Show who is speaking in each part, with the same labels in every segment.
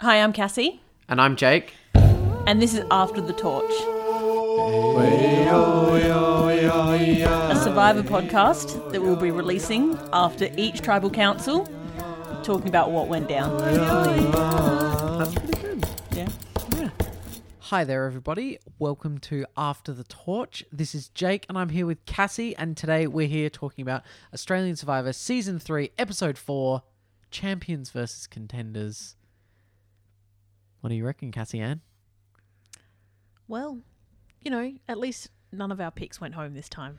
Speaker 1: Hi, I'm Cassie,
Speaker 2: And I'm Jake.
Speaker 1: and this is After the Torch. A survivor podcast that we'll be releasing after each tribal council, talking about what went down.
Speaker 2: That's pretty good.
Speaker 1: Yeah.
Speaker 2: Hi there, everybody. Welcome to After the Torch. This is Jake, and I'm here with Cassie. And today we're here talking about Australian Survivor Season 3, Episode 4 Champions versus Contenders. What do you reckon, Cassie Ann?
Speaker 1: Well, you know, at least none of our picks went home this time.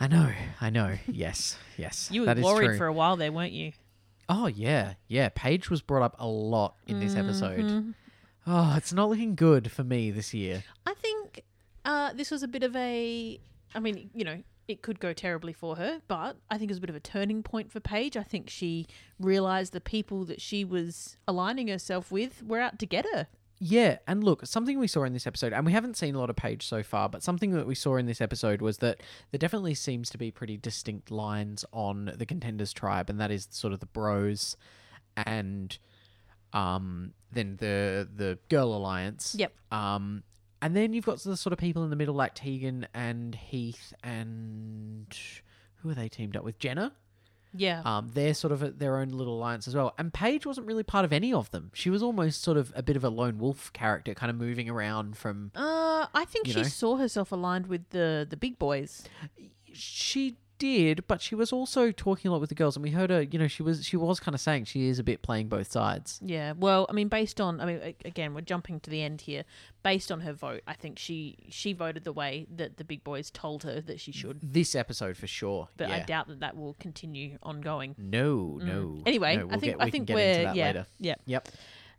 Speaker 2: I know, I know. Yes, yes.
Speaker 1: You were
Speaker 2: that is
Speaker 1: worried
Speaker 2: true.
Speaker 1: for a while there, weren't you?
Speaker 2: Oh yeah, yeah. Paige was brought up a lot in this episode. Oh, it's not looking good for me this year.
Speaker 3: I think uh, this was a bit of a. I mean, you know, it could go terribly for her, but I think it was a bit of a turning point for Paige. I think she realised the people that she was aligning herself with were out to get her.
Speaker 2: Yeah, and look, something we saw in this episode, and we haven't seen a lot of Paige so far, but something that we saw in this episode was that there definitely seems to be pretty distinct lines on the contenders tribe, and that is sort of the bros and um then the the girl alliance.
Speaker 3: Yep.
Speaker 2: Um and then you've got the sort of people in the middle like Tegan and Heath and who are they teamed up with? Jenna?
Speaker 3: Yeah.
Speaker 2: Um, they're sort of at their own little alliance as well. And Paige wasn't really part of any of them. She was almost sort of a bit of a lone wolf character, kind of moving around from.
Speaker 3: Uh, I think
Speaker 2: you
Speaker 3: she
Speaker 2: know.
Speaker 3: saw herself aligned with the the big boys.
Speaker 2: She did, but she was also talking a lot with the girls, and we heard her. You know, she was she was kind of saying she is a bit playing both sides.
Speaker 3: Yeah. Well, I mean, based on, I mean, a- again, we're jumping to the end here. Based on her vote, I think she she voted the way that the big boys told her that she should.
Speaker 2: This episode for sure,
Speaker 3: But I
Speaker 2: yeah.
Speaker 3: doubt that that will continue ongoing.
Speaker 2: No, no.
Speaker 3: Anyway,
Speaker 2: no,
Speaker 3: I
Speaker 2: we'll
Speaker 3: think
Speaker 2: get-
Speaker 3: I
Speaker 2: we can
Speaker 3: think
Speaker 2: get
Speaker 3: we're
Speaker 2: into that
Speaker 3: yeah
Speaker 2: later.
Speaker 3: yeah.
Speaker 2: Yep.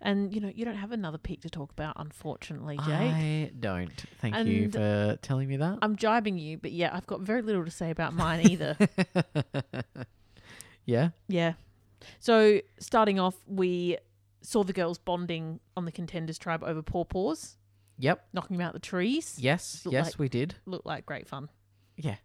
Speaker 3: And you know, you don't have another peak to talk about, unfortunately, Jake. I...
Speaker 2: I don't. Thank you
Speaker 3: And-
Speaker 2: for telling me that.
Speaker 3: am jibing you, but yeah, I've got very little to say about mine either.
Speaker 2: yeah.
Speaker 3: yeah. So starting off, we saw the girls bonding on the contenders tribe over pawpaws,
Speaker 2: Yep.
Speaker 3: knocking them out the trees.
Speaker 2: Yes.
Speaker 3: Look
Speaker 2: Yes,
Speaker 3: like-
Speaker 2: we did.
Speaker 3: Looked like great fun.
Speaker 2: Yeah.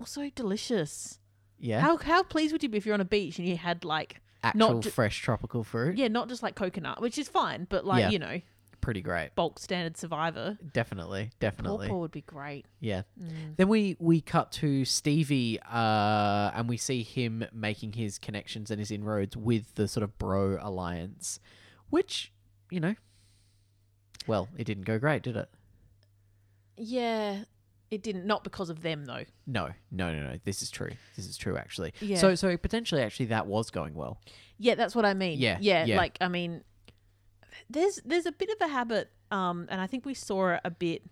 Speaker 3: Also delicious.
Speaker 2: Yeah.
Speaker 3: How how pleased would you be if you're on a beach and you had like
Speaker 2: Actual
Speaker 3: ju-
Speaker 2: fresh tropical fruit.
Speaker 3: yeah, not just like coconut, which is fine, but like,
Speaker 2: Yeah.
Speaker 3: you know,
Speaker 2: Pretty great.
Speaker 3: bulk standard survivor.
Speaker 2: Definitely, definitely.
Speaker 3: Pawpaw would be great.
Speaker 2: Yeah.
Speaker 3: Mm.
Speaker 2: Then we we cut to Stevie uh and we see him making his connections and his inroads with the sort of bro alliance, which, you know, well, it didn't go great, did it?
Speaker 3: Yeah. It didn't not because of them though.
Speaker 2: No. No, no, no. This is true. This is true actually.
Speaker 3: Yeah.
Speaker 2: So so potentially actually that was going well.
Speaker 3: Yeah, that's what I mean.
Speaker 2: Yeah,
Speaker 3: yeah,
Speaker 2: yeah.
Speaker 3: Like I mean, there's there's a bit of a habit, um, and I think we saw it a bit.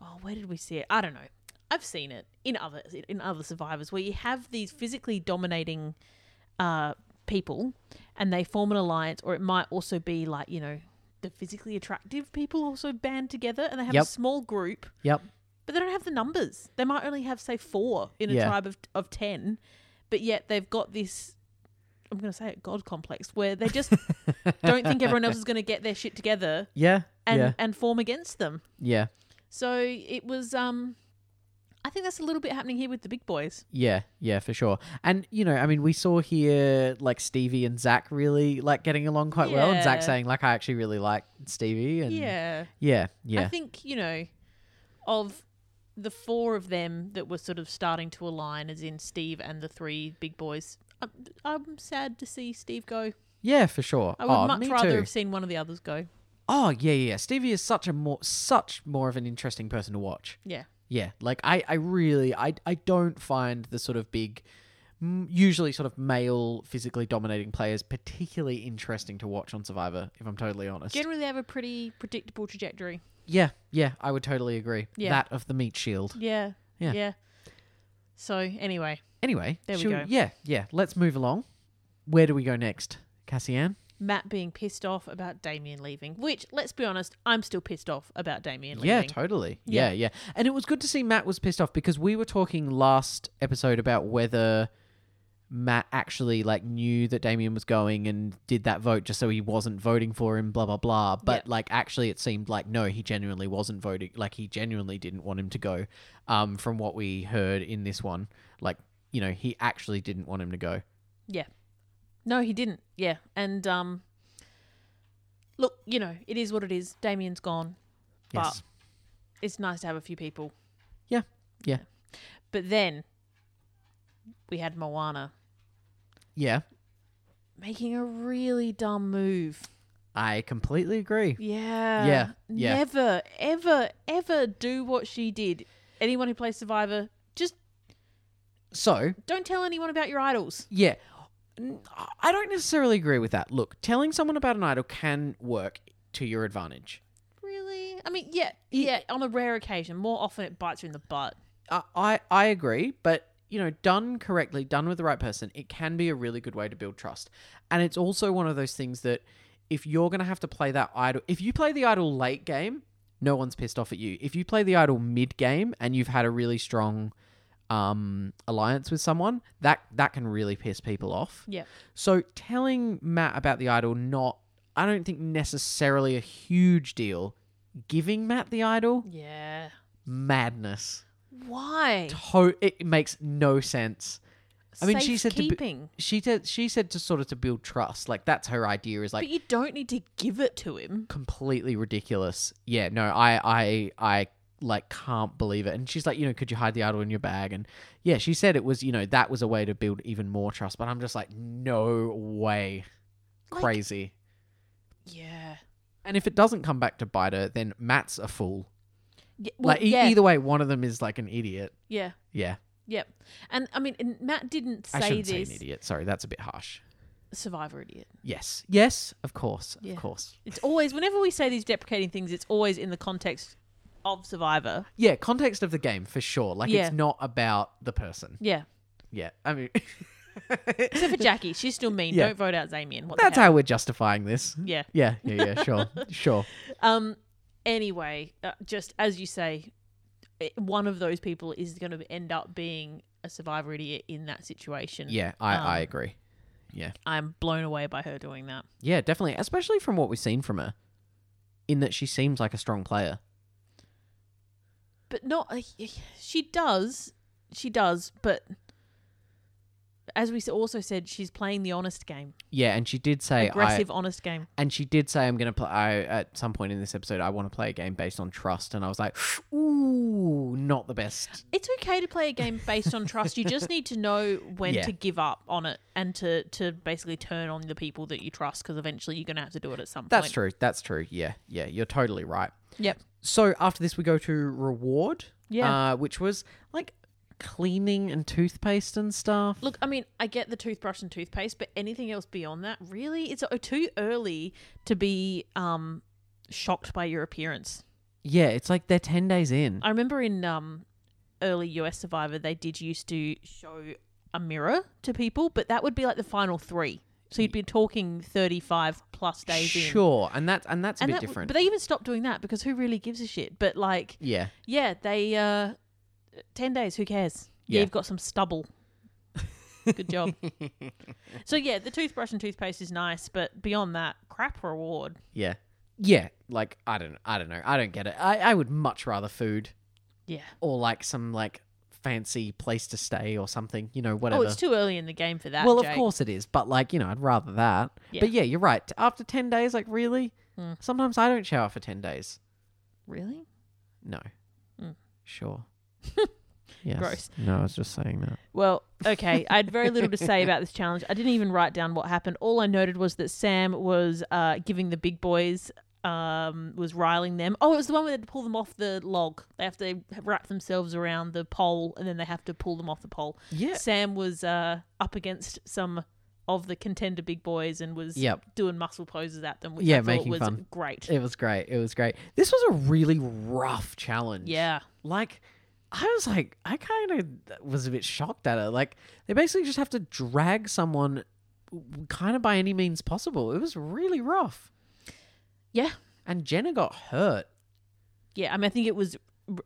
Speaker 3: Oh, where did we see it? I don't know. I've seen it in other in other survivors where you have these physically dominating uh, people, and they form an alliance, or it might also be like you know the physically attractive people also band together, and they have
Speaker 2: Yep.
Speaker 3: a small group,
Speaker 2: Yep.
Speaker 3: but they don't have the numbers. They might only have say four in a
Speaker 2: Yeah.
Speaker 3: tribe of of ten, but yet they've got this. I'm going to say it, God complex, where they just don't think everyone else is going to get their shit together
Speaker 2: Yeah.
Speaker 3: and
Speaker 2: yeah.
Speaker 3: and form against them.
Speaker 2: Yeah.
Speaker 3: So it was. um I think that's a little bit happening here with the big boys.
Speaker 2: Yeah, yeah, for sure. And you know, I mean, we saw here like Stevie and Zach really like getting along quite well, and Zach
Speaker 3: Yeah.
Speaker 2: saying like I actually really like Stevie, and
Speaker 3: yeah.
Speaker 2: yeah, yeah,
Speaker 3: I think you know, of the four of them that were sort of starting to align, as in Steve and the three big boys. I'm, I'm sad to see Steve go.
Speaker 2: yeah, for sure.
Speaker 3: I would
Speaker 2: oh,
Speaker 3: much
Speaker 2: me
Speaker 3: rather
Speaker 2: too.
Speaker 3: have seen one of the others go.
Speaker 2: Oh yeah, yeah. yeah. Stevie is such a more such more of an interesting person to watch.
Speaker 3: Yeah.
Speaker 2: Yeah, like I, I really, I, I don't find the sort of big, m- usually sort of male physically dominating players particularly interesting to watch on Survivor. If I'm totally honest.
Speaker 3: Generally, they have a pretty predictable trajectory.
Speaker 2: yeah, yeah, I would totally agree.
Speaker 3: Yeah.
Speaker 2: That of the meat shield.
Speaker 3: Yeah.
Speaker 2: Yeah.
Speaker 3: So, anyway,
Speaker 2: Anyway,
Speaker 3: There we
Speaker 2: shall
Speaker 3: go.
Speaker 2: Yeah, yeah. Let's move along. Where do we go next, Cassian?
Speaker 3: Matt being pissed off about Damien leaving, which, let's be honest, I'm still pissed off about Damien leaving.
Speaker 2: Yeah, totally. Yeah. yeah, And it was good to see Matt was pissed off because we were talking last episode about whether Matt actually like knew that Damien was going and did that vote just so he wasn't voting for him, blah blah blah. But like actually it seemed like no, he genuinely wasn't voting like he genuinely didn't want him to go. Um, from what we heard in this one. Like, you know, he actually didn't want him to go.
Speaker 3: Yeah. No, he didn't. Yeah. And um Look, you know, it is what it is. Damien's gone, but
Speaker 2: Yes.
Speaker 3: it's nice to have a few people.
Speaker 2: Yeah. Yeah.
Speaker 3: But then we had Moana
Speaker 2: Yeah.
Speaker 3: making a really dumb move.
Speaker 2: I completely agree.
Speaker 3: Yeah.
Speaker 2: Yeah, yeah.
Speaker 3: Never, ever, ever do what she did. Anyone who plays Survivor, just
Speaker 2: So,
Speaker 3: don't tell anyone about your idols.
Speaker 2: yeah. N- I don't necessarily agree with that. Look, telling someone about an idol can work to your advantage.
Speaker 3: Really? I mean, yeah, yeah, on a rare occasion. More often it bites you in the butt.
Speaker 2: I- I I agree, but you know, done correctly, done with the right person, it can be a really good way to build trust. And it's also one of those things that if you're going to have to play that idol, if you play the idol late game, no one's pissed off at you. If you play the idol mid game and you've had a really strong um, alliance with someone, that that can really piss people off.
Speaker 3: Yeah.
Speaker 2: So telling Matt about the idol, not I don't think necessarily a huge deal. Giving Matt the idol,
Speaker 3: Yeah.
Speaker 2: madness
Speaker 3: Why?
Speaker 2: to- it makes no sense. I mean, she said to bu-
Speaker 3: Safekeeping.
Speaker 2: she said she said to sort of to build trust. Like that's her idea is like
Speaker 3: but you don't need to give it to him.
Speaker 2: completely ridiculous. Yeah, no, I I I like can't believe it. And she's like, you know, could you hide the idol in your bag? And yeah, she said it was, you know, that was a way to build even more trust. But I'm just like, no way,
Speaker 3: Like-
Speaker 2: crazy.
Speaker 3: Yeah.
Speaker 2: and if it doesn't come back to bite her, then Matt's a fool.
Speaker 3: Yeah. well,
Speaker 2: like e-
Speaker 3: yeah.
Speaker 2: either way, one of them is like an idiot.
Speaker 3: Yeah.
Speaker 2: Yeah,
Speaker 3: Yep. And I mean, and Matt didn't
Speaker 2: I
Speaker 3: say
Speaker 2: shouldn't
Speaker 3: this.
Speaker 2: say an idiot. Sorry, that's a bit harsh.
Speaker 3: Survivor idiot.
Speaker 2: Yes. Yes, of course.
Speaker 3: Yeah.
Speaker 2: Of course.
Speaker 3: It's always whenever we say these deprecating things, it's always in the context of Survivor.
Speaker 2: Yeah, context of the game for sure. Like
Speaker 3: Yeah.
Speaker 2: it's not about the person.
Speaker 3: Yeah.
Speaker 2: Yeah. I mean
Speaker 3: Except for Jackie, she's still mean.
Speaker 2: Yeah.
Speaker 3: Don't vote out Damien. What
Speaker 2: that's
Speaker 3: the hell?
Speaker 2: how we're justifying this.
Speaker 3: Yeah.
Speaker 2: Yeah, yeah, yeah, sure. sure.
Speaker 3: Um. Anyway, uh, just as you say, it, one of those people is going to end up being a Survivor idiot in that situation.
Speaker 2: Yeah, I, I
Speaker 3: Um,
Speaker 2: agree.
Speaker 3: I'm blown away by her doing that.
Speaker 2: Yeah, definitely. Especially from what we've seen from her. In that she seems like a strong player.
Speaker 3: but not she does she does but as we s- also said she's playing the honest game
Speaker 2: Yeah, and she did say I
Speaker 3: aggressive honest game
Speaker 2: and she did say I'm gonna play I at some point in this episode I want to play a game based on trust and I was like, ooh, not the best.
Speaker 3: it's okay to play a game based on trust you just need to know when
Speaker 2: Yeah.
Speaker 3: to give up on it and to to basically turn on the people that you trust because eventually you're gonna have to do it at some
Speaker 2: That's
Speaker 3: point
Speaker 2: true. That's true. Yeah, yeah, you're totally right.
Speaker 3: yep
Speaker 2: so after this we go to reward
Speaker 3: Yeah.
Speaker 2: uh, which was like cleaning and toothpaste and stuff
Speaker 3: look i mean i get the toothbrush and toothpaste but anything else beyond that really it's uh, too early to be um shocked by your appearance
Speaker 2: yeah it's like they're 10 days in
Speaker 3: I remember in um, early US Survivor, they did used to show a mirror to people, but that would be like the final three. So you'd be talking 35 plus days in.
Speaker 2: sure and that's and that's a
Speaker 3: And
Speaker 2: bit
Speaker 3: that-
Speaker 2: different
Speaker 3: But they even stopped doing that because who really gives a shit? But like,
Speaker 2: yeah
Speaker 3: yeah, they, uh, 10 days, who cares? Yeah.
Speaker 2: Yeah.
Speaker 3: You've got some stubble. Good job. so yeah, the toothbrush and toothpaste is nice, but beyond that, crap reward.
Speaker 2: yeah yeah like i don't i don't know i don't get it i, I would much rather food
Speaker 3: Yeah.
Speaker 2: or like some like fancy place to stay or something you know whatever
Speaker 3: Oh, it's too early in the game for that.
Speaker 2: well of
Speaker 3: Jake.
Speaker 2: course it is but like you know i'd rather that
Speaker 3: Yeah. Hmm.
Speaker 2: but yeah you're right after 10 days like really sometimes i don't shower for 10 days
Speaker 3: Really? Hmm.
Speaker 2: No. Sure. yes.
Speaker 3: Gross.
Speaker 2: No, I was just saying that.
Speaker 3: Well, okay. I had very little to say about this challenge. I didn't even write down what happened. All I noted was that Sam was uh, giving the big boys, um, was riling them. Oh, it was the one where they had to pull them off the log. They have to wrap themselves around the pole and then they have to pull them off the pole.
Speaker 2: Yeah.
Speaker 3: Sam was uh, up against some of the contender big boys and was
Speaker 2: Yep.
Speaker 3: doing muscle poses at them, which
Speaker 2: Yeah,
Speaker 3: I thought
Speaker 2: making
Speaker 3: was
Speaker 2: fun.
Speaker 3: great.
Speaker 2: It was great. It was great. This was a really rough challenge.
Speaker 3: Yeah.
Speaker 2: Like, I was like, I kind of was a bit shocked at it. Like, they basically just have to drag someone kind of by any means possible. It was really rough.
Speaker 3: Yeah.
Speaker 2: And Jenna got hurt.
Speaker 3: Yeah. I mean, I think it was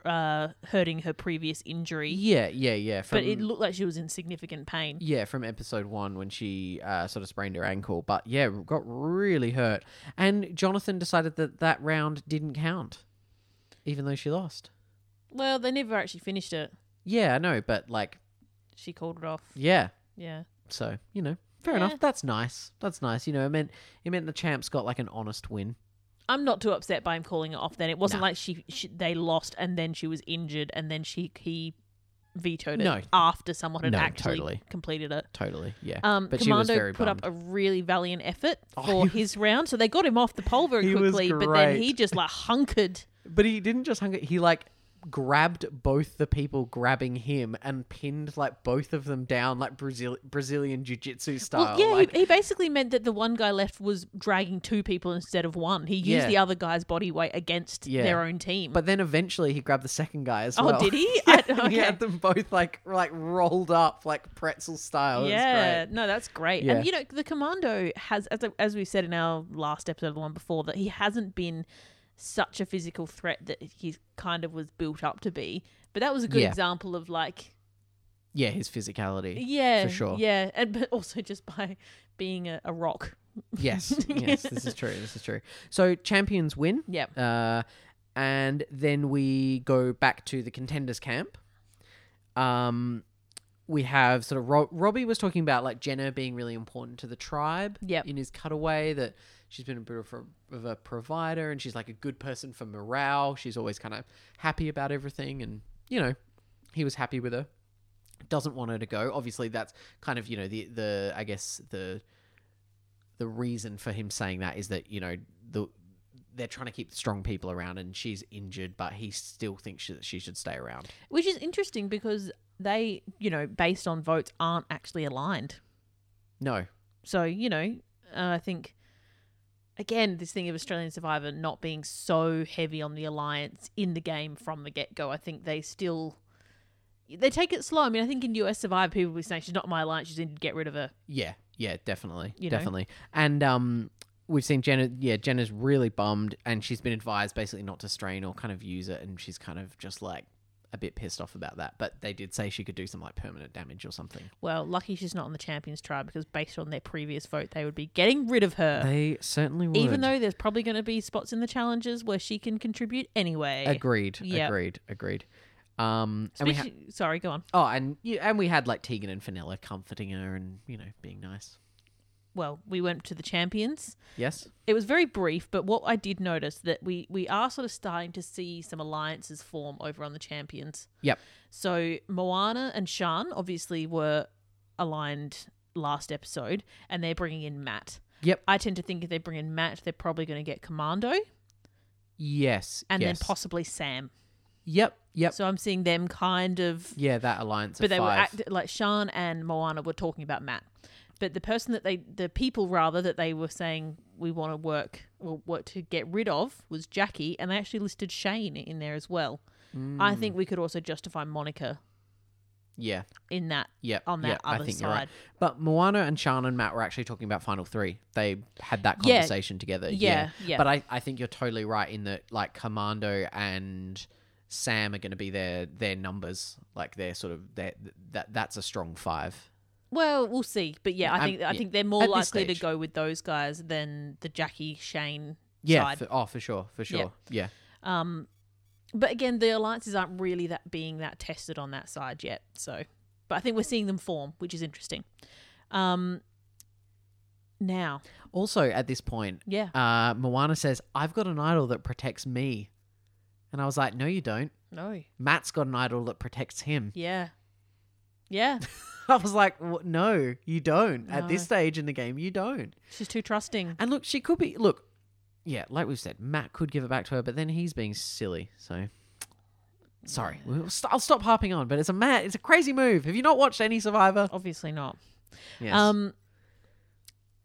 Speaker 3: uh, hurting her previous injury,
Speaker 2: Yeah, yeah, yeah. From,
Speaker 3: but it looked like she was in significant pain.
Speaker 2: Yeah, from episode one when she uh, sort of sprained her ankle, but yeah, got really hurt. And Jonathan decided that that round didn't count, even though she lost.
Speaker 3: Well, they never actually finished it.
Speaker 2: Yeah, I know, but like,
Speaker 3: She called it off.
Speaker 2: yeah.
Speaker 3: Yeah.
Speaker 2: So you know, fair
Speaker 3: Yeah.
Speaker 2: enough. That's nice. That's nice. You know, it meant it meant the champs got like an honest win.
Speaker 3: I'm not too upset by him calling it off. Then it wasn't like she, she they lost and then she was injured and then she he vetoed it
Speaker 2: No.
Speaker 3: after someone had
Speaker 2: No,
Speaker 3: actually
Speaker 2: totally.
Speaker 3: completed it.
Speaker 2: Totally, yeah.
Speaker 3: Um,
Speaker 2: but
Speaker 3: Commando
Speaker 2: she was very
Speaker 3: put
Speaker 2: bummed.
Speaker 3: up a really valiant effort
Speaker 2: Oh,
Speaker 3: for
Speaker 2: he-
Speaker 3: his round, so they got him off the pole very
Speaker 2: He was
Speaker 3: quickly. But then
Speaker 2: great.
Speaker 3: he just like hunkered.
Speaker 2: But he didn't just hung it. He like grabbed both the people grabbing him and pinned like both of them down like Brazil- Brazilian jiu-jitsu
Speaker 3: Well,
Speaker 2: style.
Speaker 3: yeah,
Speaker 2: like,
Speaker 3: he, he basically meant that the one guy left was dragging two people instead of one. He used
Speaker 2: Yeah.
Speaker 3: the other guy's body weight against
Speaker 2: Yeah.
Speaker 3: their own team.
Speaker 2: but then eventually he grabbed the second guy as
Speaker 3: oh,
Speaker 2: well.
Speaker 3: did he?
Speaker 2: yeah,
Speaker 3: I,
Speaker 2: and he
Speaker 3: okay.
Speaker 2: had them both like like rolled up like pretzel style. It was
Speaker 3: yeah,
Speaker 2: great.
Speaker 3: no, that's great.
Speaker 2: Yeah.
Speaker 3: And you know, the commando has, as as we said in our last episode, the one before, that he hasn't been such a physical threat that he kind of was built up to be. But that was a good
Speaker 2: Yeah.
Speaker 3: example of like,
Speaker 2: Yeah, his physicality.
Speaker 3: yeah,
Speaker 2: sure.
Speaker 3: yeah, and but also just by being a, a rock.
Speaker 2: Yes, yes, this is true. This is true. So champions win.
Speaker 3: Yep.
Speaker 2: Uh, and then we go back to the contenders camp. Um, we have sort of Ro- Robbie was talking about like Jenna being really important to the tribe.
Speaker 3: Yep.
Speaker 2: In his cutaway, that she's been a bit of a, of a provider, and she's like a good person for morale. She's always kind of happy about everything, and you know, he was happy with her. Doesn't want her to go. Obviously, that's kind of you know the the I guess the the reason for him saying that is that you know the they're trying to keep strong people around and she's injured but he still thinks she, that she should stay around
Speaker 3: Which is interesting because they, you know, based on votes, aren't actually aligned.
Speaker 2: no
Speaker 3: So, you know, uh, I think, again, this thing of Australian Survivor not being so heavy on the alliance in the game from the get go, I think they still. They take it slow. I mean, I think in US Survivor, people will be saying she's not my alliance. She's in. Get rid of her.
Speaker 2: yeah yeah definitely
Speaker 3: You know?
Speaker 2: definitely and um we've seen jenna yeah jenna's really bummed and she's been advised basically not to strain or kind of use it and she's kind of just like a bit pissed off about that but they did say she could do some like permanent damage or something
Speaker 3: Well, lucky she's not on the champions tribe because based on their previous vote, they would be getting rid of her.
Speaker 2: they certainly would
Speaker 3: Uh, Even though there's probably going to be spots in the challenges where she can contribute anyway.
Speaker 2: agreed
Speaker 3: Yep.
Speaker 2: agreed agreed um and we ha-
Speaker 3: Especially- sorry, go on.
Speaker 2: oh and you and we had like tegan and Fenella comforting her and you know being nice
Speaker 3: Well, we went to the champions.
Speaker 2: yes
Speaker 3: it was very brief, but what I did notice that we we are sort of starting to see some alliances form over on the champions.
Speaker 2: Yep.
Speaker 3: So Moana and Shan obviously were aligned last episode, and they're bringing in Matt.
Speaker 2: Yep.
Speaker 3: I tend to think if they bring in Matt, they're probably going to get Commando
Speaker 2: Yes.
Speaker 3: and
Speaker 2: yes.
Speaker 3: then possibly Sam.
Speaker 2: Yep. Yep.
Speaker 3: So I'm seeing them kind of,
Speaker 2: yeah, that alliance.
Speaker 3: but
Speaker 2: of
Speaker 3: they were
Speaker 2: five.
Speaker 3: act, like Shan and Moana were talking about Matt, but the person that they, the people rather that they were saying we want to work, well, what to get rid of was Jackie, and they actually listed Shane in there as well. I think we could also justify Monica
Speaker 2: Yeah.
Speaker 3: in that
Speaker 2: Yep.
Speaker 3: on that
Speaker 2: yep, I
Speaker 3: other
Speaker 2: think
Speaker 3: side.
Speaker 2: you're right. But Moana and Shan and Matt were actually talking about Final Three. They had that
Speaker 3: Yeah,
Speaker 2: conversation together.
Speaker 3: yeah, yeah.
Speaker 2: But I, I think you're totally right in that like Commando and Sam are going to be their their numbers. Like they're sort of their, that that's a strong five.
Speaker 3: Well, we'll see, but yeah, I
Speaker 2: I'm-
Speaker 3: think I
Speaker 2: yeah,
Speaker 3: think they're more
Speaker 2: at this
Speaker 3: likely to
Speaker 2: stage.
Speaker 3: go with those guys than the Jackie Shane
Speaker 2: Yeah.
Speaker 3: side.
Speaker 2: For, oh, for sure. For sure. Yeah.
Speaker 3: Um, but again, the alliances aren't really that being that tested on that side yet. So, but I think we're seeing them form, which is interesting. Um, now,
Speaker 2: Also, at this point,
Speaker 3: yeah,
Speaker 2: uh, Moana says, "I've got an idol that protects me," and I was like, "No, you don't."
Speaker 3: no,
Speaker 2: Matt's got an idol that protects him.
Speaker 3: yeah, yeah,
Speaker 2: I was like, "Wha- no, you don't. At
Speaker 3: No.
Speaker 2: this stage in the game, you don't.
Speaker 3: she's too trusting.
Speaker 2: And look, she could be. Look, yeah, like we've said, Matt could give it back to her, but then he's being silly. So, sorry, we'll st- I'll stop harping on. But it's a Matt. It's a crazy move. Have you not watched any Survivor?
Speaker 3: Obviously not.
Speaker 2: Oh, Yes.
Speaker 3: Um,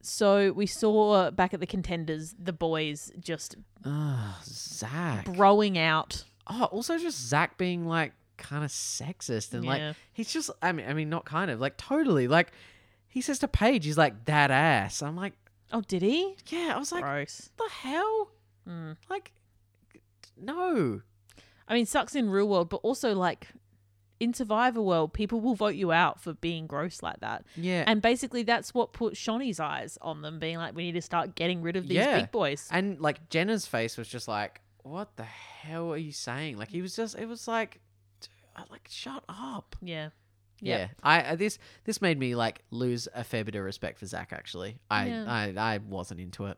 Speaker 3: so we saw back at the contenders the boys just
Speaker 2: oh, Zach.
Speaker 3: broing out.
Speaker 2: oh, also just Zach being like kind of sexist and
Speaker 3: Yeah.
Speaker 2: like he's just. I mean, I mean, not kind of like totally like. He says to Paige, he's like that ass. I'm like,
Speaker 3: Oh, did he?
Speaker 2: yeah. I was like,
Speaker 3: Gross.
Speaker 2: the hell?
Speaker 3: Mm.
Speaker 2: Like, no.
Speaker 3: I mean, sucks in real world, but also like in Survivor world, people will vote you out for being gross like that.
Speaker 2: Yeah. And,
Speaker 3: And basically, that's what put Shawnee's eyes on them, being like, we need to start getting rid of these
Speaker 2: Yeah.
Speaker 3: big boys.
Speaker 2: like Jenna's face was just like, what the hell are you saying? Like he was just, it was like, d- I- like shut up.
Speaker 3: Yeah. Yep.
Speaker 2: Yeah. I I- this this made me like lose a fair bit of respect for Zach. Actually, I
Speaker 3: Yeah.
Speaker 2: I, I wasn't into it.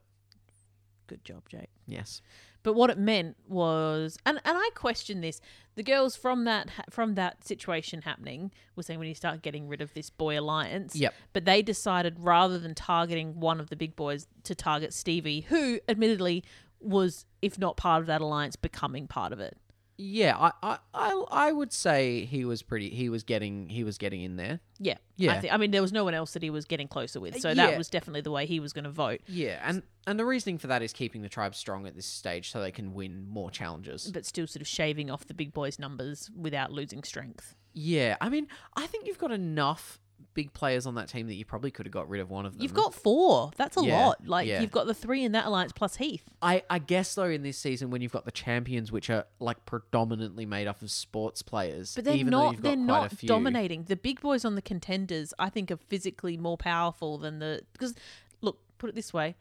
Speaker 3: Good job, Jake.
Speaker 2: Yes.
Speaker 3: But what it meant was, and, and I question this. The girls from that ha- from that situation happening were saying we need to start getting rid of this boy alliance.
Speaker 2: Yep.
Speaker 3: But they decided rather than targeting one of the big boys to target Stevie, who admittedly was, if not part of that alliance, becoming part of it.
Speaker 2: Yeah, I, I, I, I would say he was pretty. He was getting. He was getting in there.
Speaker 3: Yeah. I,
Speaker 2: Yeah.
Speaker 3: thi- I mean, there was no one else that he was getting closer with, so that
Speaker 2: Yeah.
Speaker 3: was definitely the way he was going to vote.
Speaker 2: Yeah, and and the reasoning for that is keeping the tribe strong at this stage so they can win more challenges.
Speaker 3: But still, sort of shaving off the big boys' numbers without losing strength.
Speaker 2: Yeah, I mean, I think you've got enough big players on that team that you probably could have got rid of one of them.
Speaker 3: You've got four. That's a
Speaker 2: Yeah,
Speaker 3: lot. Like
Speaker 2: yeah.
Speaker 3: you've got the three in that alliance plus Heath.
Speaker 2: I, I guess though in this season when you've got the champions which are like predominantly made up of sports players,
Speaker 3: But they're
Speaker 2: even though
Speaker 3: not.
Speaker 2: you've got
Speaker 3: They're
Speaker 2: quite
Speaker 3: not
Speaker 2: a few,
Speaker 3: dominating. The big boys on the contenders, I think, are physically more powerful than the because. Look, put it this way,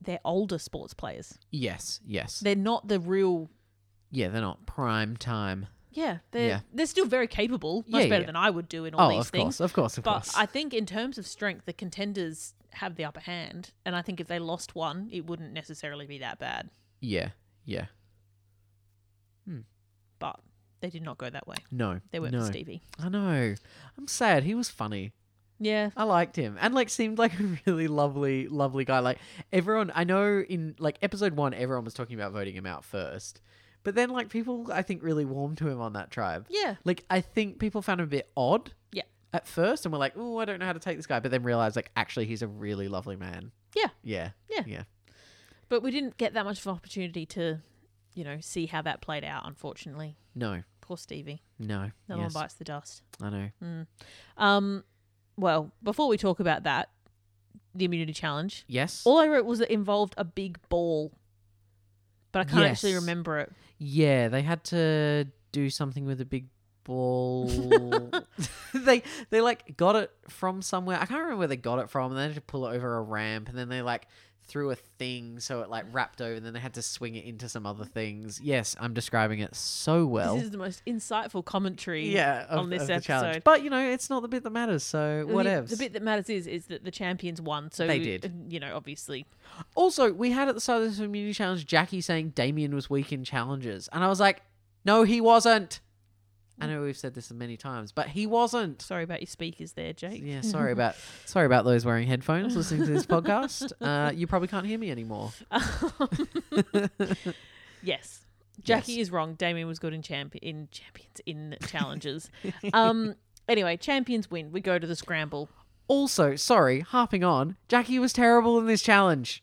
Speaker 3: they're older sports players.
Speaker 2: Yes, yes,
Speaker 3: They're not the real.
Speaker 2: yeah, they're not prime time.
Speaker 3: Yeah, they're
Speaker 2: Yeah.
Speaker 3: they're still very capable. Much
Speaker 2: Yeah, yeah,
Speaker 3: better
Speaker 2: yeah.
Speaker 3: than I would do in all
Speaker 2: oh,
Speaker 3: these
Speaker 2: of
Speaker 3: things.
Speaker 2: course, of course, of
Speaker 3: but
Speaker 2: course.
Speaker 3: I think in terms of strength, the contenders have the upper hand, and I think if they lost one, it wouldn't necessarily be that bad.
Speaker 2: yeah, yeah.
Speaker 3: But they did not go that way.
Speaker 2: No,
Speaker 3: They went
Speaker 2: no.
Speaker 3: for Stevie.
Speaker 2: I know. I'm sad. He was funny.
Speaker 3: Yeah,
Speaker 2: I liked him, and like seemed like a really lovely, lovely guy. Like everyone, I know in like episode one, everyone was talking about voting him out first, but then like people, I think, really warmed to him on that tribe.
Speaker 3: yeah,
Speaker 2: Like I think people found him a bit odd.
Speaker 3: Yeah.
Speaker 2: At first, and we're like, "Oh, I don't know how to take this guy," but then realized like actually he's a really lovely man.
Speaker 3: Yeah.
Speaker 2: Yeah.
Speaker 3: Yeah.
Speaker 2: Yeah.
Speaker 3: but we didn't get that much of an opportunity to, you know, see how that played out. Unfortunately,
Speaker 2: No.
Speaker 3: poor Stevie.
Speaker 2: No.
Speaker 3: No
Speaker 2: yes,
Speaker 3: one bites the dust. Mm.
Speaker 2: I know.
Speaker 3: Um, well, before we talk about that, the immunity challenge.
Speaker 2: Yes.
Speaker 3: All I wrote was it involved a big ball, but I can't actually
Speaker 2: Yes.
Speaker 3: remember it.
Speaker 2: Yeah, they had to do something with a big ball. they they like got it from somewhere. I can't remember where they got it from. And they had to pull it over a ramp, and then they like threw a thing so it like wrapped over. And then they had to swing it into some other things. Yes, I'm describing it so well.
Speaker 3: This is the most insightful commentary.
Speaker 2: yeah, of,
Speaker 3: on this
Speaker 2: of the challenge.
Speaker 3: episode.
Speaker 2: But you know, it's not the bit that matters. So
Speaker 3: The-
Speaker 2: whatever.
Speaker 3: The, bit that matters is is that the champions won. So
Speaker 2: They did.
Speaker 3: uh, You know, obviously.
Speaker 2: Also, we had at the start of this immunity challenge Jackie saying Damien was weak in challenges, and I was like, no, he wasn't. I know we've said this many times, but he wasn't.
Speaker 3: Sorry about your speakers there, Jake.
Speaker 2: Yeah, sorry about sorry about those wearing headphones listening to this podcast. Uh, you probably can't hear me anymore.
Speaker 3: Um, yes. Jackie is wrong. Damien was good in champ in champions in challenges. um. Anyway, champions win. We go to the scramble.
Speaker 2: Also, sorry, harping on. Jackie was terrible in this challenge.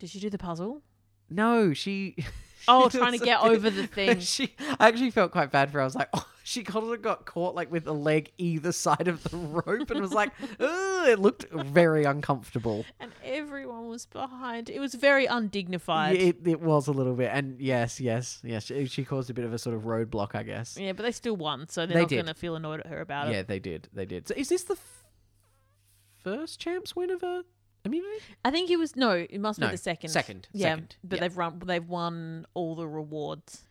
Speaker 3: Did she do the puzzle?
Speaker 2: No, she.
Speaker 3: Oh,
Speaker 2: she
Speaker 3: trying to
Speaker 2: was-
Speaker 3: get over the thing.
Speaker 2: She, I actually felt quite bad for her. I was like, oh, she kind of got caught like with a leg either side of the rope, and was like, Ugh, it looked very uncomfortable.
Speaker 3: And everyone was behind. It was very undignified.
Speaker 2: Yeah, It, it was a little bit, and yes, yes, yes, she, she caused a bit of a sort of roadblock, I guess.
Speaker 3: Yeah, but they still won, so they're
Speaker 2: They
Speaker 3: not
Speaker 2: did.
Speaker 3: going to feel annoyed at her about
Speaker 2: Yeah,
Speaker 3: it.
Speaker 2: they did. They did. So is this the f- first champs win of a immunity?
Speaker 3: I think it was no. It must
Speaker 2: No,
Speaker 3: be the second.
Speaker 2: second,
Speaker 3: Yeah,
Speaker 2: second,
Speaker 3: but
Speaker 2: yeah.
Speaker 3: they've run. They've won all the rewards.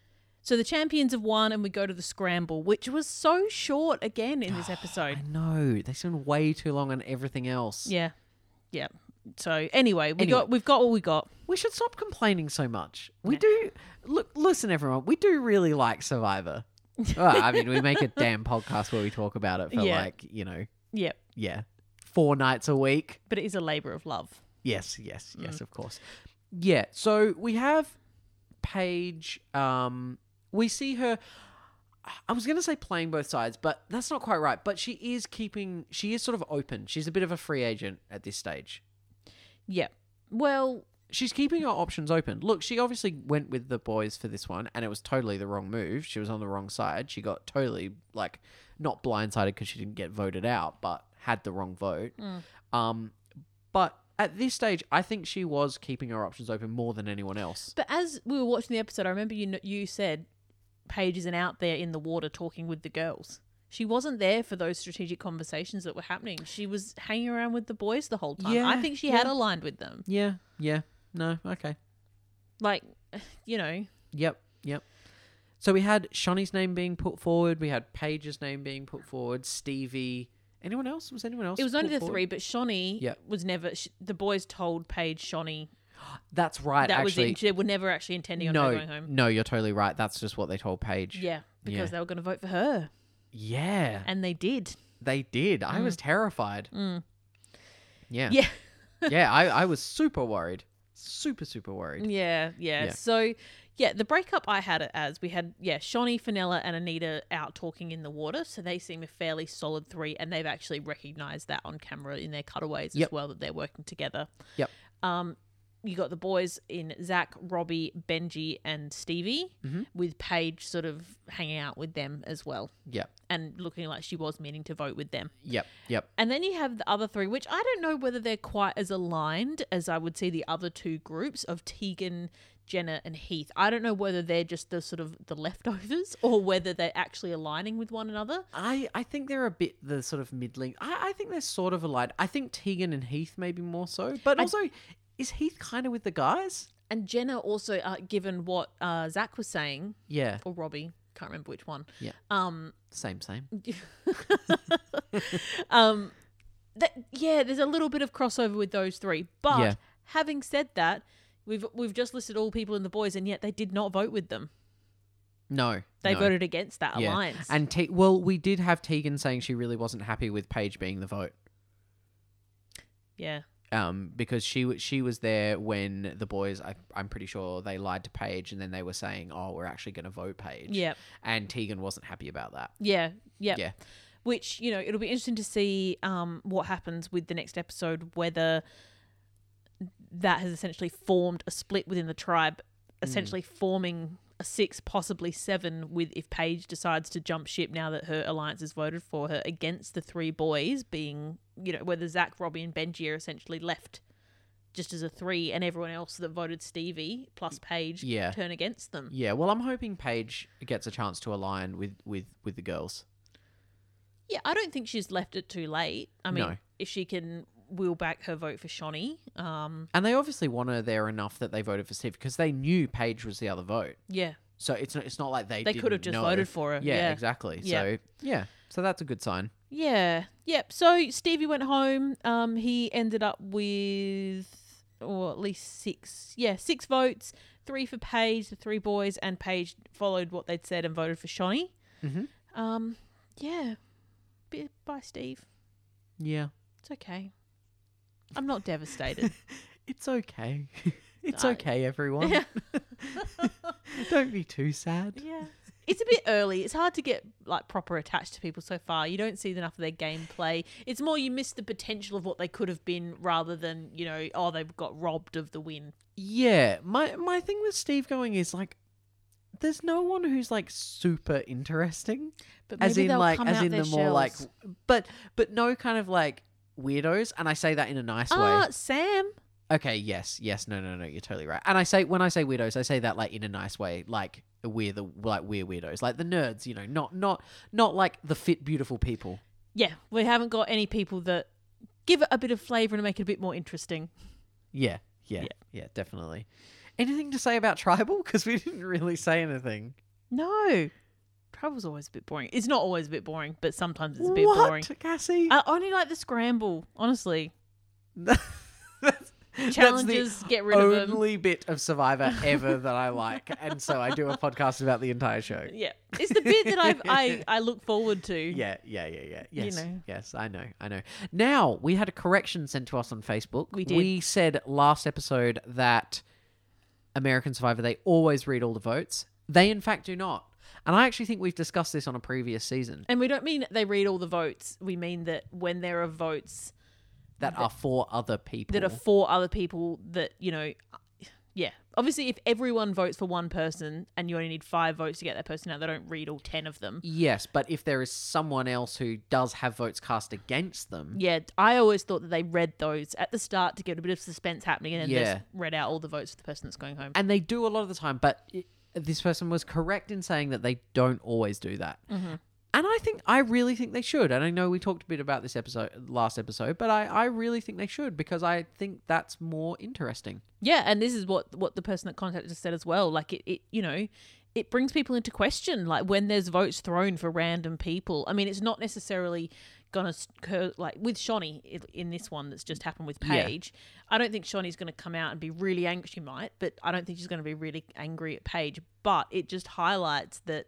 Speaker 3: So the champions have won, and we go to the scramble, which was so short again in this episode.
Speaker 2: I know they spend way too long on everything else.
Speaker 3: yeah, yeah. So anyway, we
Speaker 2: Anyway.
Speaker 3: got we've got what we got.
Speaker 2: We should stop complaining so much. We do look. Listen, everyone, we do really like Survivor. well, I mean, we make a damn podcast where we talk about it for
Speaker 3: Yeah.
Speaker 2: like you know,
Speaker 3: Yeah,
Speaker 2: yeah, four nights a week.
Speaker 3: but it is a labor of love.
Speaker 2: Yes, yes, yes, of course. Yeah, so we have Paige. Um, we see her. I was going to say playing both sides, but that's not quite right. But she is keeping. She is sort of open. She's a bit of a free agent at this stage.
Speaker 3: Yeah. Well,
Speaker 2: She's keeping her options open. Look, she obviously went with the boys for this one, and it was totally the wrong move. She was on the wrong side. She got totally, like, not blindsided because she didn't get voted out, but had the wrong vote. Um, but at this stage, I think she was keeping her options open more than anyone else.
Speaker 3: but as we were watching the episode, I remember you kn- you said Paige isn't out there in the water talking with the girls. She wasn't there for those strategic conversations that were happening. She was hanging around with the boys the whole time. I
Speaker 2: Yeah,
Speaker 3: think she
Speaker 2: yeah.
Speaker 3: had aligned with them.
Speaker 2: Yeah, yeah. No, okay.
Speaker 3: Like, you know,
Speaker 2: Yep, yep. So we had Shawnee's name being put forward. We had Paige's name being put forward. Stevie. Anyone else? Was anyone else?
Speaker 3: It was only
Speaker 2: put
Speaker 3: the
Speaker 2: forward?
Speaker 3: three, but Shawnee
Speaker 2: Yeah.
Speaker 3: was never. Sh- the boys told Paige Shawnee
Speaker 2: That's right.
Speaker 3: that
Speaker 2: actually,
Speaker 3: was it. They were never actually intending on her
Speaker 2: no,
Speaker 3: going home.
Speaker 2: no, you're totally right. That's just what they told Paige.
Speaker 3: Yeah, because
Speaker 2: Yeah.
Speaker 3: they were going to vote for her,
Speaker 2: Yeah,
Speaker 3: and they did.
Speaker 2: they did. I was terrified. Yeah,
Speaker 3: Mm. Yeah,
Speaker 2: yeah. I, I was super worried. Super, super worried.
Speaker 3: yeah, yeah,
Speaker 2: Yeah.
Speaker 3: So, yeah, the breakup I had it as we had yeah, Shawnee, Finella, and Anita out talking in the water, so they seem a fairly solid three, and they've actually recognised that on camera in their cutaways as
Speaker 2: Yep.
Speaker 3: well that they're working together.
Speaker 2: Yep.
Speaker 3: Um, you got the boys in Zach, Robbie, Benji, and Stevie, with Paige sort of hanging out with them as well,
Speaker 2: Yep,
Speaker 3: and looking like she was meaning to vote with them.
Speaker 2: yep, yep.
Speaker 3: And then you have the other three, which I don't know whether they're quite as aligned as I would see the other two groups of Tegan, Jenna, and Heath. I don't know whether they're just the sort of the leftovers or whether they're actually aligning with one another.
Speaker 2: I, I think they're a bit the sort of middling. I, I think they're sort of aligned. I think Tegan and Heath maybe more so, but also is Heath kind of with the guys?
Speaker 3: And Jenna also, uh, given what uh, Zach was saying,
Speaker 2: Yeah,
Speaker 3: or Robbie, can't remember which one.
Speaker 2: Yeah.
Speaker 3: Um.
Speaker 2: same, same.
Speaker 3: um. That yeah, there's a little bit of crossover with those three. But
Speaker 2: Yeah.
Speaker 3: having said that, we've we've just listed all people in the boys, and yet they did not vote with them.
Speaker 2: No,
Speaker 3: They
Speaker 2: no.
Speaker 3: voted against that
Speaker 2: Yeah.
Speaker 3: alliance.
Speaker 2: And Te- well, we did have Tegan saying she really wasn't happy with Paige being the vote,
Speaker 3: yeah.
Speaker 2: um, because she w- she was there when the boys, I, I'm pretty sure they lied to Paige, and then they were saying, "Oh, we're actually going to vote Paige."
Speaker 3: Yeah.
Speaker 2: and Tegan wasn't happy about that.
Speaker 3: Yeah, yeah.
Speaker 2: Yeah.
Speaker 3: Which, you know, it'll be interesting to see um, what happens with the next episode, whether that has essentially formed a split within the tribe,
Speaker 2: Hmm.
Speaker 3: essentially forming a six, possibly seven, with if Paige decides to jump ship now that her alliance is voted for her against the three boys being, you know, whether Zach, Robbie, and Benji are essentially left just as a three and everyone else that voted Stevie plus Paige
Speaker 2: Yeah.
Speaker 3: turn against them.
Speaker 2: Yeah, well, I'm hoping Paige gets a chance to align with with with the girls.
Speaker 3: Yeah, I don't think she's left it too late. I mean,
Speaker 2: No.
Speaker 3: if she can wheel back her vote for Shawnee, um,
Speaker 2: And they obviously want her there enough that they voted for Steve because they knew Paige was the other vote.
Speaker 3: yeah,
Speaker 2: So it's not, it's not like they
Speaker 3: they could have just
Speaker 2: didn't know.
Speaker 3: voted for her.
Speaker 2: Yeah,
Speaker 3: Yeah, yeah.
Speaker 2: exactly.
Speaker 3: Yeah.
Speaker 2: So yeah, so that's a good sign.
Speaker 3: Yep. So Stevie went home. Um, he ended up with, or at least six. Yeah, six votes. Three for Paige, the three boys, and Paige followed what they'd said and voted for Shawnee.
Speaker 2: Mhm.
Speaker 3: Um, yeah. Bit by Steve.
Speaker 2: Yeah,
Speaker 3: It's okay. I'm not devastated.
Speaker 2: it's okay. it's
Speaker 3: I-
Speaker 2: okay, everyone. Don't be too sad.
Speaker 3: Yeah. It's a bit early. It's hard to get like proper attached to people so far. You don't see enough of their gameplay. It's more you miss the potential of what they could have been rather than, you know, oh they've got robbed of the win.
Speaker 2: Yeah, my my thing with Steve going is like, there's no one who's like super interesting.
Speaker 3: But
Speaker 2: as in like as in the more like but but no kind of like weirdos and i say that in a nice
Speaker 3: Ah,
Speaker 2: way
Speaker 3: Sam.
Speaker 2: okay yes yes no no no you're totally right and i say when i say weirdos i say that like in a nice way like we're the like we're weirdos like the nerds you know not not not like the fit beautiful people
Speaker 3: Yeah, we haven't got any people that give it a bit of flavour and make it a bit more interesting.
Speaker 2: yeah yeah yeah, definitely anything to say about tribal because we didn't really say anything
Speaker 3: No. Travel's always a bit boring. It's not always a bit boring, but sometimes it's a bit
Speaker 2: what
Speaker 3: boring.
Speaker 2: cassie
Speaker 3: I only like the scramble, honestly.
Speaker 2: That's- that's the
Speaker 3: Challenges, get rid of 'em.
Speaker 2: only bit of Survivor ever that I like, and so I do a podcast about the entire show.
Speaker 3: Yeah. It's the bit that I've, I I look forward to.
Speaker 2: Yeah, yeah, yeah, yeah. Yes,
Speaker 3: know.
Speaker 2: yes, I know, I know. Now we had a correction sent to us on Facebook.
Speaker 3: We did.
Speaker 2: We said last episode that American Survivor they always read all the votes. They in fact do not, and I actually think we've discussed this on a previous season
Speaker 3: And we don't mean they read all the votes. We mean that when there are votes
Speaker 2: that are for other people.
Speaker 3: that are for other people, that, you know, yeah. Obviously, if everyone votes for one person and you only need five votes to get that person out, they don't read all 10 of them.
Speaker 2: yes, but if there is someone else who does have votes cast against them,
Speaker 3: Yeah, I always thought that they read those at the start to get a bit of suspense happening and then they
Speaker 2: Yeah.
Speaker 3: just read out all the votes for the person that's going home.
Speaker 2: and they do a lot of the time but i this person was correct in saying that they don't always do that
Speaker 3: Mm-hmm.
Speaker 2: and i think i really think they should and i know we talked a bit about this episode last episode but i, I really think they should because i think that's more interesting
Speaker 3: Yeah, and this is what what the person that contacted us said as well. Like it, it you know, it brings people into question. Like when there's votes thrown for random people. I mean, it's not necessarily gonna s- cur- like with Shawnee i- in this one that's just happened with
Speaker 2: Yeah.
Speaker 3: Paige. I don't think Shawnee's gonna come out and be really angry. She might, but I don't think she's gonna be really angry at Paige. But it just highlights that.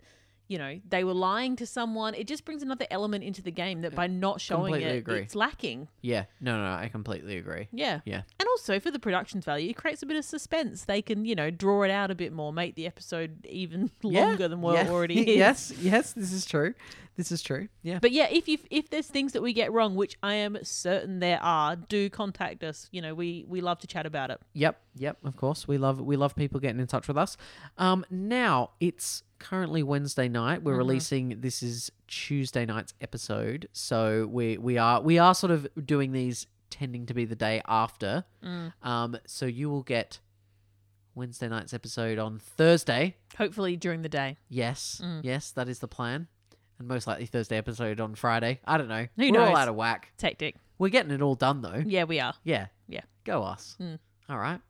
Speaker 3: You know, they were lying to someone. It just brings another element into the game that by not showing
Speaker 2: Completely
Speaker 3: it,
Speaker 2: agree.
Speaker 3: it's lacking.
Speaker 2: Yeah. No, no, no, I completely agree.
Speaker 3: Yeah.
Speaker 2: Yeah.
Speaker 3: And also for the production's value, it creates a bit of suspense. They can, you know, draw it out a bit more, make the episode even longer than what it already is.
Speaker 2: yes, yes, this is true. This is true. Yeah.
Speaker 3: But yeah, if you if there's things that we get wrong, which I am certain there are, do contact us. You know, we we love to chat about it.
Speaker 2: Yep, yep, of course. We love we love people getting in touch with us. Um now it's currently Wednesday night.
Speaker 3: Mm-hmm.
Speaker 2: We're releasing this is Tuesday night's episode. So we we are we are sort of doing these tending to be the day after.
Speaker 3: Mm.
Speaker 2: Um so you will get Wednesday night's episode on Thursday.
Speaker 3: Hopefully during the day.
Speaker 2: Yes.
Speaker 3: Mm.
Speaker 2: Yes, that is the plan. And most likely Thursday episode on Friday. I don't know.
Speaker 3: Who
Speaker 2: We're all
Speaker 3: knows?
Speaker 2: out of whack.
Speaker 3: Tactic.
Speaker 2: We're getting it all done though.
Speaker 3: Yeah, we are.
Speaker 2: Yeah.
Speaker 3: Yeah.
Speaker 2: Go us.
Speaker 3: Mm.
Speaker 2: All right.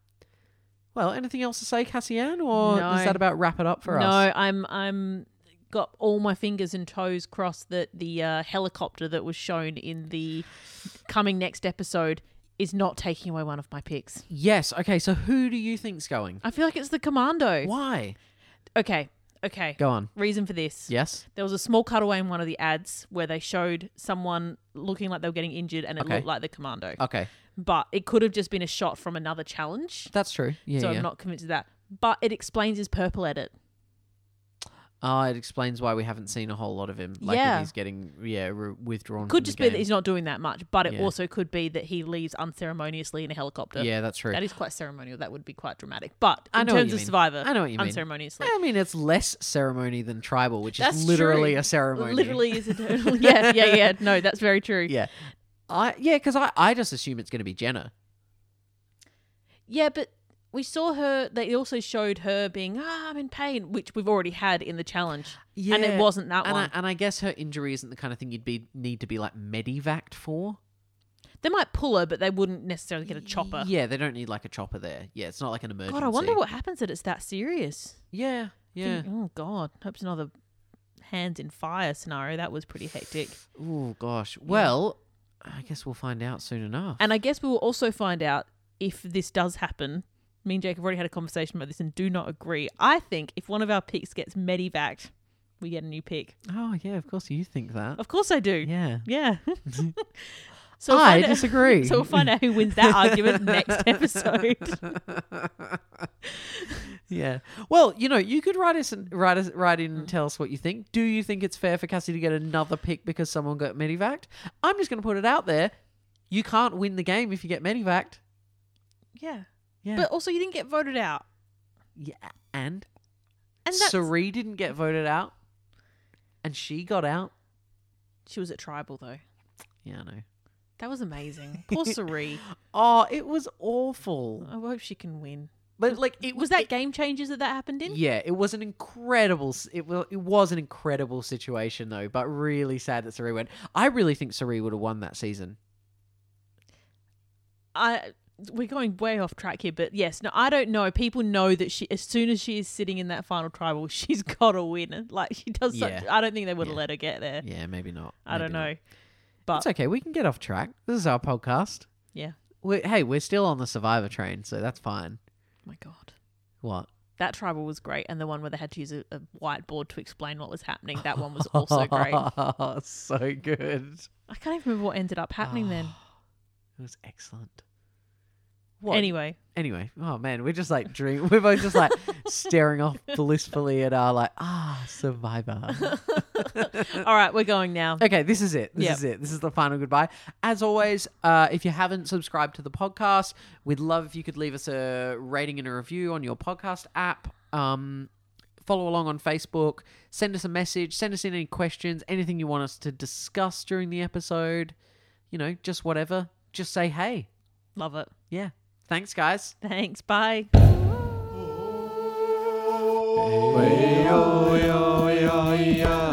Speaker 2: Well, anything else to say, Cassian, or
Speaker 3: No.
Speaker 2: does that about wrap it up for
Speaker 3: no,
Speaker 2: us?
Speaker 3: I'm I'm got all my fingers and toes crossed that the uh, helicopter that was shown in the coming next episode is not taking away one of my picks.
Speaker 2: Yes. Okay. So who do you think's going?
Speaker 3: I feel like it's the commando.
Speaker 2: Why?
Speaker 3: Okay, okay.
Speaker 2: Go on.
Speaker 3: Reason for this.
Speaker 2: Yes.
Speaker 3: There was a small cutaway in one of the ads where they showed someone looking like they were getting injured and it
Speaker 2: Okay. Uh.
Speaker 3: looked like the commando.
Speaker 2: Okay.
Speaker 3: But it could have just been a shot from another challenge.
Speaker 2: That's true. Yeah.
Speaker 3: so
Speaker 2: yeah.
Speaker 3: I'm not convinced of that. But it explains his purple edit.
Speaker 2: Ah, it explains why we haven't seen a whole lot of him. Like if
Speaker 3: Yeah.
Speaker 2: he's getting yeah re- withdrawn. from
Speaker 3: Could
Speaker 2: the
Speaker 3: just be that
Speaker 2: game.
Speaker 3: he's not doing that much, but it
Speaker 2: Yeah.
Speaker 3: also could be that he leaves unceremoniously in a helicopter.
Speaker 2: Yeah, that's true.
Speaker 3: That is quite ceremonial. That would be quite dramatic. But in
Speaker 2: I know what
Speaker 3: terms
Speaker 2: you
Speaker 3: of
Speaker 2: mean.
Speaker 3: Survivor,
Speaker 2: I know what you mean. Eh,
Speaker 3: unceremoniously.
Speaker 2: I mean, it's less ceremony than tribal, which
Speaker 3: That's
Speaker 2: is literally
Speaker 3: true.
Speaker 2: a ceremony.
Speaker 3: Literally is a total. yeah, yeah, yeah. No, that's very true.
Speaker 2: Yeah. I yeah, because I I just assume it's going to be Jenna.
Speaker 3: Yeah, but we saw her. They also showed her being, ah, I'm in pain, which we've already had in the challenge. And it
Speaker 2: Yeah.
Speaker 3: wasn't that
Speaker 2: and
Speaker 3: one.
Speaker 2: I, and I guess her injury isn't the kind of thing you'd be need to be like medevaced for.
Speaker 3: they might pull her, but they wouldn't necessarily get a chopper.
Speaker 2: Yeah, they don't need like a chopper there. Yeah, it's not like an emergency.
Speaker 3: God, I wonder what happens that it's that serious.
Speaker 2: Yeah, yeah.
Speaker 3: Think, oh, God. Hope it's another hands in fire scenario. That was pretty hectic.
Speaker 2: Oh gosh. Well, I guess we'll find out soon enough.
Speaker 3: And I guess we will also find out if this does happen. Me and Jake have already had a conversation about this and do not agree. I think if one of our picks gets medevaced, we get a new pick.
Speaker 2: oh yeah, of course you think that.
Speaker 3: Of course I do.
Speaker 2: Yeah.
Speaker 3: Yeah. so we'll
Speaker 2: I
Speaker 3: find out-
Speaker 2: disagree.
Speaker 3: so we'll find out who wins that argument next episode.
Speaker 2: yeah. Well, you know, you could write us and write us write in and tell us what you think. Do you think it's fair for Cassie to get another pick because someone got medevaced? I'm just going to put it out there. You can't win the game if you get medevaced.
Speaker 3: Yeah.
Speaker 2: Yeah.
Speaker 3: But also, you didn't get voted out.
Speaker 2: yeah. And
Speaker 3: And that's,
Speaker 2: Sari didn't get voted out, and she got out.
Speaker 3: she was at tribal though.
Speaker 2: Yeah, I know.
Speaker 3: That was amazing. Poor Sari.
Speaker 2: Oh, it was awful.
Speaker 3: I hope she can win.
Speaker 2: But like, it
Speaker 3: Was that game changers that that happened in?
Speaker 2: Yeah, it was an incredible. s- It was it was an incredible situation though, but really sad that Sari went. I really think Sari would have won that season.
Speaker 3: I we're going way off track here, but yes, no, I don't know. People know that she, as soon as she is sitting in that final tribal, she's got to win. Like she does. Such,
Speaker 2: Yeah.
Speaker 3: I don't think they would have
Speaker 2: Yeah.
Speaker 3: let her get there.
Speaker 2: Yeah, maybe not.
Speaker 3: Eh. I don't know.
Speaker 2: It's okay. We can get off track. This is our podcast.
Speaker 3: Yeah.
Speaker 2: We, hey, we're still on the Survivor train, so that's fine.
Speaker 3: my god.
Speaker 2: What?
Speaker 3: That tribal was great, and the one where they had to use a, a whiteboard to explain what was happening, that one was also great. I
Speaker 2: so good.
Speaker 3: can't even remember what ended up happening then.
Speaker 2: It was excellent. What?
Speaker 3: Anyway,
Speaker 2: anyway, oh man, we're just like dream. We're both just like staring off blissfully at our like ah survivor.
Speaker 3: all right, we're going now.
Speaker 2: Uh, Okay, this is it. This
Speaker 3: Yep.
Speaker 2: is it. This is the final goodbye. As always, uh, if you haven't subscribed to the podcast, we'd love if you could leave us a rating and a review on your podcast app. Um, follow along on Facebook. Send us a message. Send us in any questions, anything you want us to discuss during the episode. You know, just whatever. Just say hey.
Speaker 3: Love it.
Speaker 2: Yeah. Thanks, guys.
Speaker 3: Thanks. Bye.
Speaker 4: Oi, oi, oi, oi, oi.